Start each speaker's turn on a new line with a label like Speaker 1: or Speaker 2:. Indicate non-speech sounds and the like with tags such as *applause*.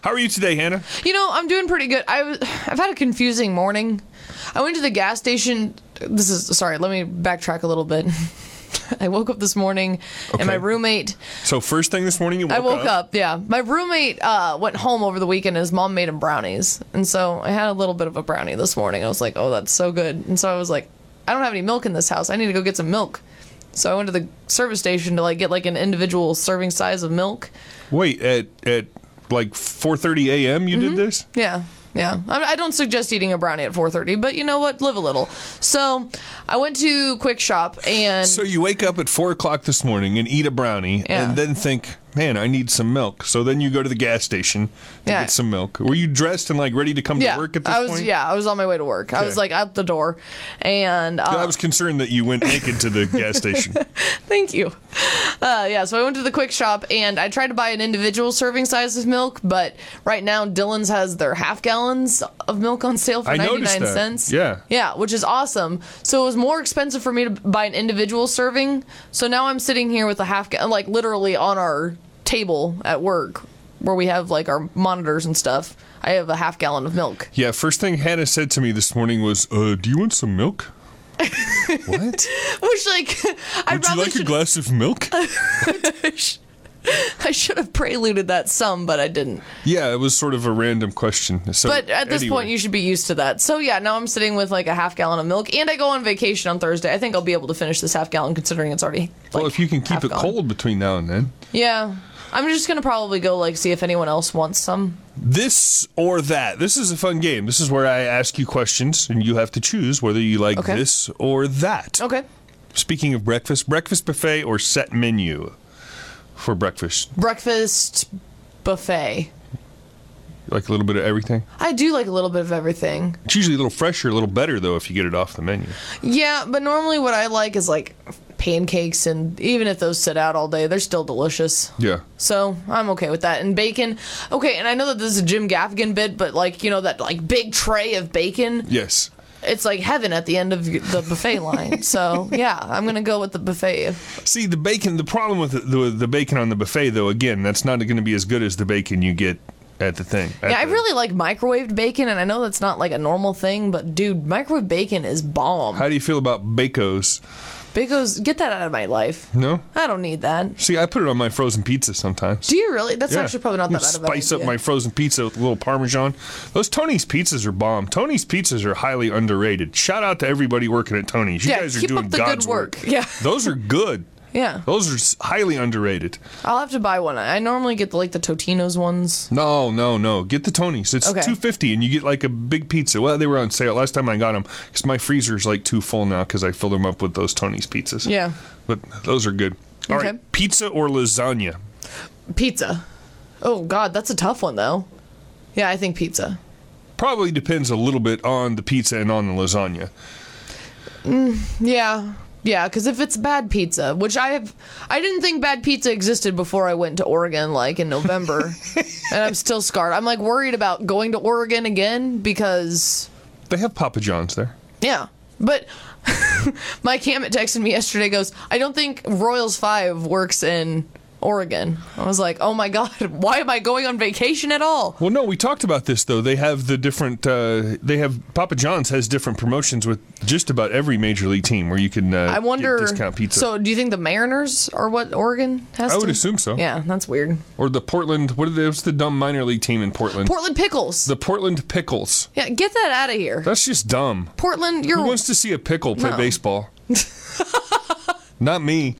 Speaker 1: How are you today, Hannah?
Speaker 2: You know, I'm doing pretty good. I was, *sighs* I've had a confusing morning. I went to the gas station. This is sorry. Let me backtrack a little bit. *laughs* I woke up this morning, and my
Speaker 1: Okay.
Speaker 2: roommate.
Speaker 1: So first thing this morning, you woke
Speaker 2: I woke up. Yeah, my roommate uh, went home over the weekend. and His mom made him brownies, and so I had a little bit of a brownie this morning. I was like, "Oh, that's so good!" And so I was like, "I don't have any milk in this house. I need to go get some milk." So I went to the service station to like get like an individual serving size of milk.
Speaker 1: Wait, at at like 4:30 a.m. You
Speaker 2: Mm-hmm.
Speaker 1: did this?
Speaker 2: Yeah, yeah. I, I don't suggest eating a brownie at 4:30, but you know what? Live a little. So I went to Quick Shop and
Speaker 1: So you wake up at four o'clock this morning and eat a brownie,
Speaker 2: Yeah.
Speaker 1: and then think, "Man, I need some milk." So then you go to the gas station to
Speaker 2: Yeah.
Speaker 1: get some milk. Were you dressed and like ready to come
Speaker 2: yeah,
Speaker 1: to work at this
Speaker 2: I was
Speaker 1: point?
Speaker 2: yeah, I was on my way to work. I was
Speaker 1: Okay.
Speaker 2: like out the door, and uh,
Speaker 1: I was concerned that you went naked to the gas
Speaker 2: *laughs*
Speaker 1: station.
Speaker 2: Thank you. Uh, yeah, so I went to the quick shop and I tried to buy an individual serving size of milk, but right now Dylan's has their half gallons of milk on sale for
Speaker 1: I noticed
Speaker 2: 99
Speaker 1: that.
Speaker 2: cents.
Speaker 1: Yeah.
Speaker 2: Yeah, which is awesome. So it was more expensive for me to buy an individual serving. So now I'm sitting here with a half gallon, like literally on our table at work where we have like our monitors and stuff. I have a half gallon of milk. *laughs*
Speaker 1: Yeah, first thing Hannah said to me this morning was, uh, "Do you want some milk?"
Speaker 2: *laughs*
Speaker 1: what?
Speaker 2: Which, like, *laughs*
Speaker 1: Would
Speaker 2: I
Speaker 1: you
Speaker 2: probably
Speaker 1: like a
Speaker 2: should,
Speaker 1: glass of
Speaker 2: *laughs*
Speaker 1: milk?
Speaker 2: I should have preluded that some, but I didn't.
Speaker 1: yeah, it was sort of a random question. So,
Speaker 2: But at this point, you should be used to that. So yeah, now I'm sitting with like a half gallon of milk, and I go on vacation on Thursday. I think I'll be able to finish this half gallon, considering it's already. Like,
Speaker 1: well, if you can
Speaker 2: half
Speaker 1: keep it
Speaker 2: gone.
Speaker 1: cold between now and then,
Speaker 2: Yeah, I'm just gonna probably go like see if anyone else wants some.
Speaker 1: this or that. This is a fun game. This is where I ask you questions, and you have to choose whether you like
Speaker 2: Okay.
Speaker 1: this or that.
Speaker 2: Okay,
Speaker 1: Speaking of breakfast, breakfast buffet or set menu for breakfast,
Speaker 2: breakfast buffet.
Speaker 1: like a little bit of everything.
Speaker 2: I do like a little bit of everything.
Speaker 1: It's usually a little fresher, a little better though if you get it off the menu.
Speaker 2: Yeah, but normally what I like is like pancakes, and even if those sit out all day, they're still delicious.
Speaker 1: Yeah.
Speaker 2: So I'm okay with that. And bacon, okay. And I know that this is a Jim Gaffigan bit, but like you know that like big tray of bacon.
Speaker 1: Yes.
Speaker 2: it's like heaven at the end of the
Speaker 1: *laughs*
Speaker 2: buffet line. So yeah, I'm gonna go with the buffet.
Speaker 1: See the bacon. The problem with the, the, the bacon on the buffet, though, again, that's not going to be as good as the bacon you get at the thing. at
Speaker 2: Yeah, I
Speaker 1: the-
Speaker 2: really like microwaved bacon, and I know that's not like a normal thing, but dude, microwave bacon is bomb.
Speaker 1: How do you feel about bacos?
Speaker 2: Bacos, get that out of my life.
Speaker 1: No.
Speaker 2: I don't need that.
Speaker 1: See, I put it on my frozen pizza sometimes.
Speaker 2: Do you really? That's
Speaker 1: Yeah.
Speaker 2: actually probably not
Speaker 1: I'm
Speaker 2: that
Speaker 1: gonna
Speaker 2: bad of an
Speaker 1: Spice up
Speaker 2: idea.
Speaker 1: my frozen pizza with a little parmesan. Those Tony's pizzas are bomb. Tony's pizzas are highly underrated. Shout out to everybody working at Tony's. You
Speaker 2: Yeah,
Speaker 1: guys are
Speaker 2: keep
Speaker 1: doing
Speaker 2: up the good
Speaker 1: God's
Speaker 2: work. *laughs* Yeah.
Speaker 1: Those are good.
Speaker 2: *laughs* Yeah,
Speaker 1: Those are s- highly underrated.
Speaker 2: I'll have to buy one. I normally get the, like the Totino's ones.
Speaker 1: No, no, no. Get the Tony's. It's
Speaker 2: Okay.
Speaker 1: 250 and you get like a big pizza. Well, they were on sale last time I got them cuz my freezer's like too full now cuz I filled them up with those Tony's pizzas.
Speaker 2: Yeah.
Speaker 1: But those are good. All right,
Speaker 2: Okay.
Speaker 1: Pizza or lasagna?
Speaker 2: Pizza. Oh God, that's a tough one though. Yeah, I think pizza.
Speaker 1: Probably depends a little bit on the pizza and on the lasagna.
Speaker 2: Yeah. Yeah, because if it's bad pizza, which I have, I didn't think bad pizza existed before I went to Oregon, like
Speaker 1: *laughs*
Speaker 2: in November, and I'm still scarred. I'm like worried about going to Oregon again because,
Speaker 1: They have Papa John's there.
Speaker 2: yeah. But *laughs* my Camet texted me yesterday, goes, I don't think Royals 5 works in Oregon. I was like, oh my God, *laughs* why am I going on vacation at all?
Speaker 1: Well, no, we talked about this though. They have the different. Uh, they have Papa John's has different promotions with just about every major league team where you can. Uh,
Speaker 2: I
Speaker 1: get
Speaker 2: wonder.
Speaker 1: discount pizza.
Speaker 2: So, do you think the Mariners are what Oregon has
Speaker 1: I would
Speaker 2: to-
Speaker 1: assume so.
Speaker 2: Yeah, that's weird.
Speaker 1: Or the Portland. What are they, what's the dumb minor league team in Portland?
Speaker 2: Portland Pickles.
Speaker 1: the Portland Pickles.
Speaker 2: Yeah, get that out of here.
Speaker 1: That's just dumb.
Speaker 2: Portland, you're *laughs*
Speaker 1: Who wants to see a pickle play
Speaker 2: No.
Speaker 1: baseball? Not me.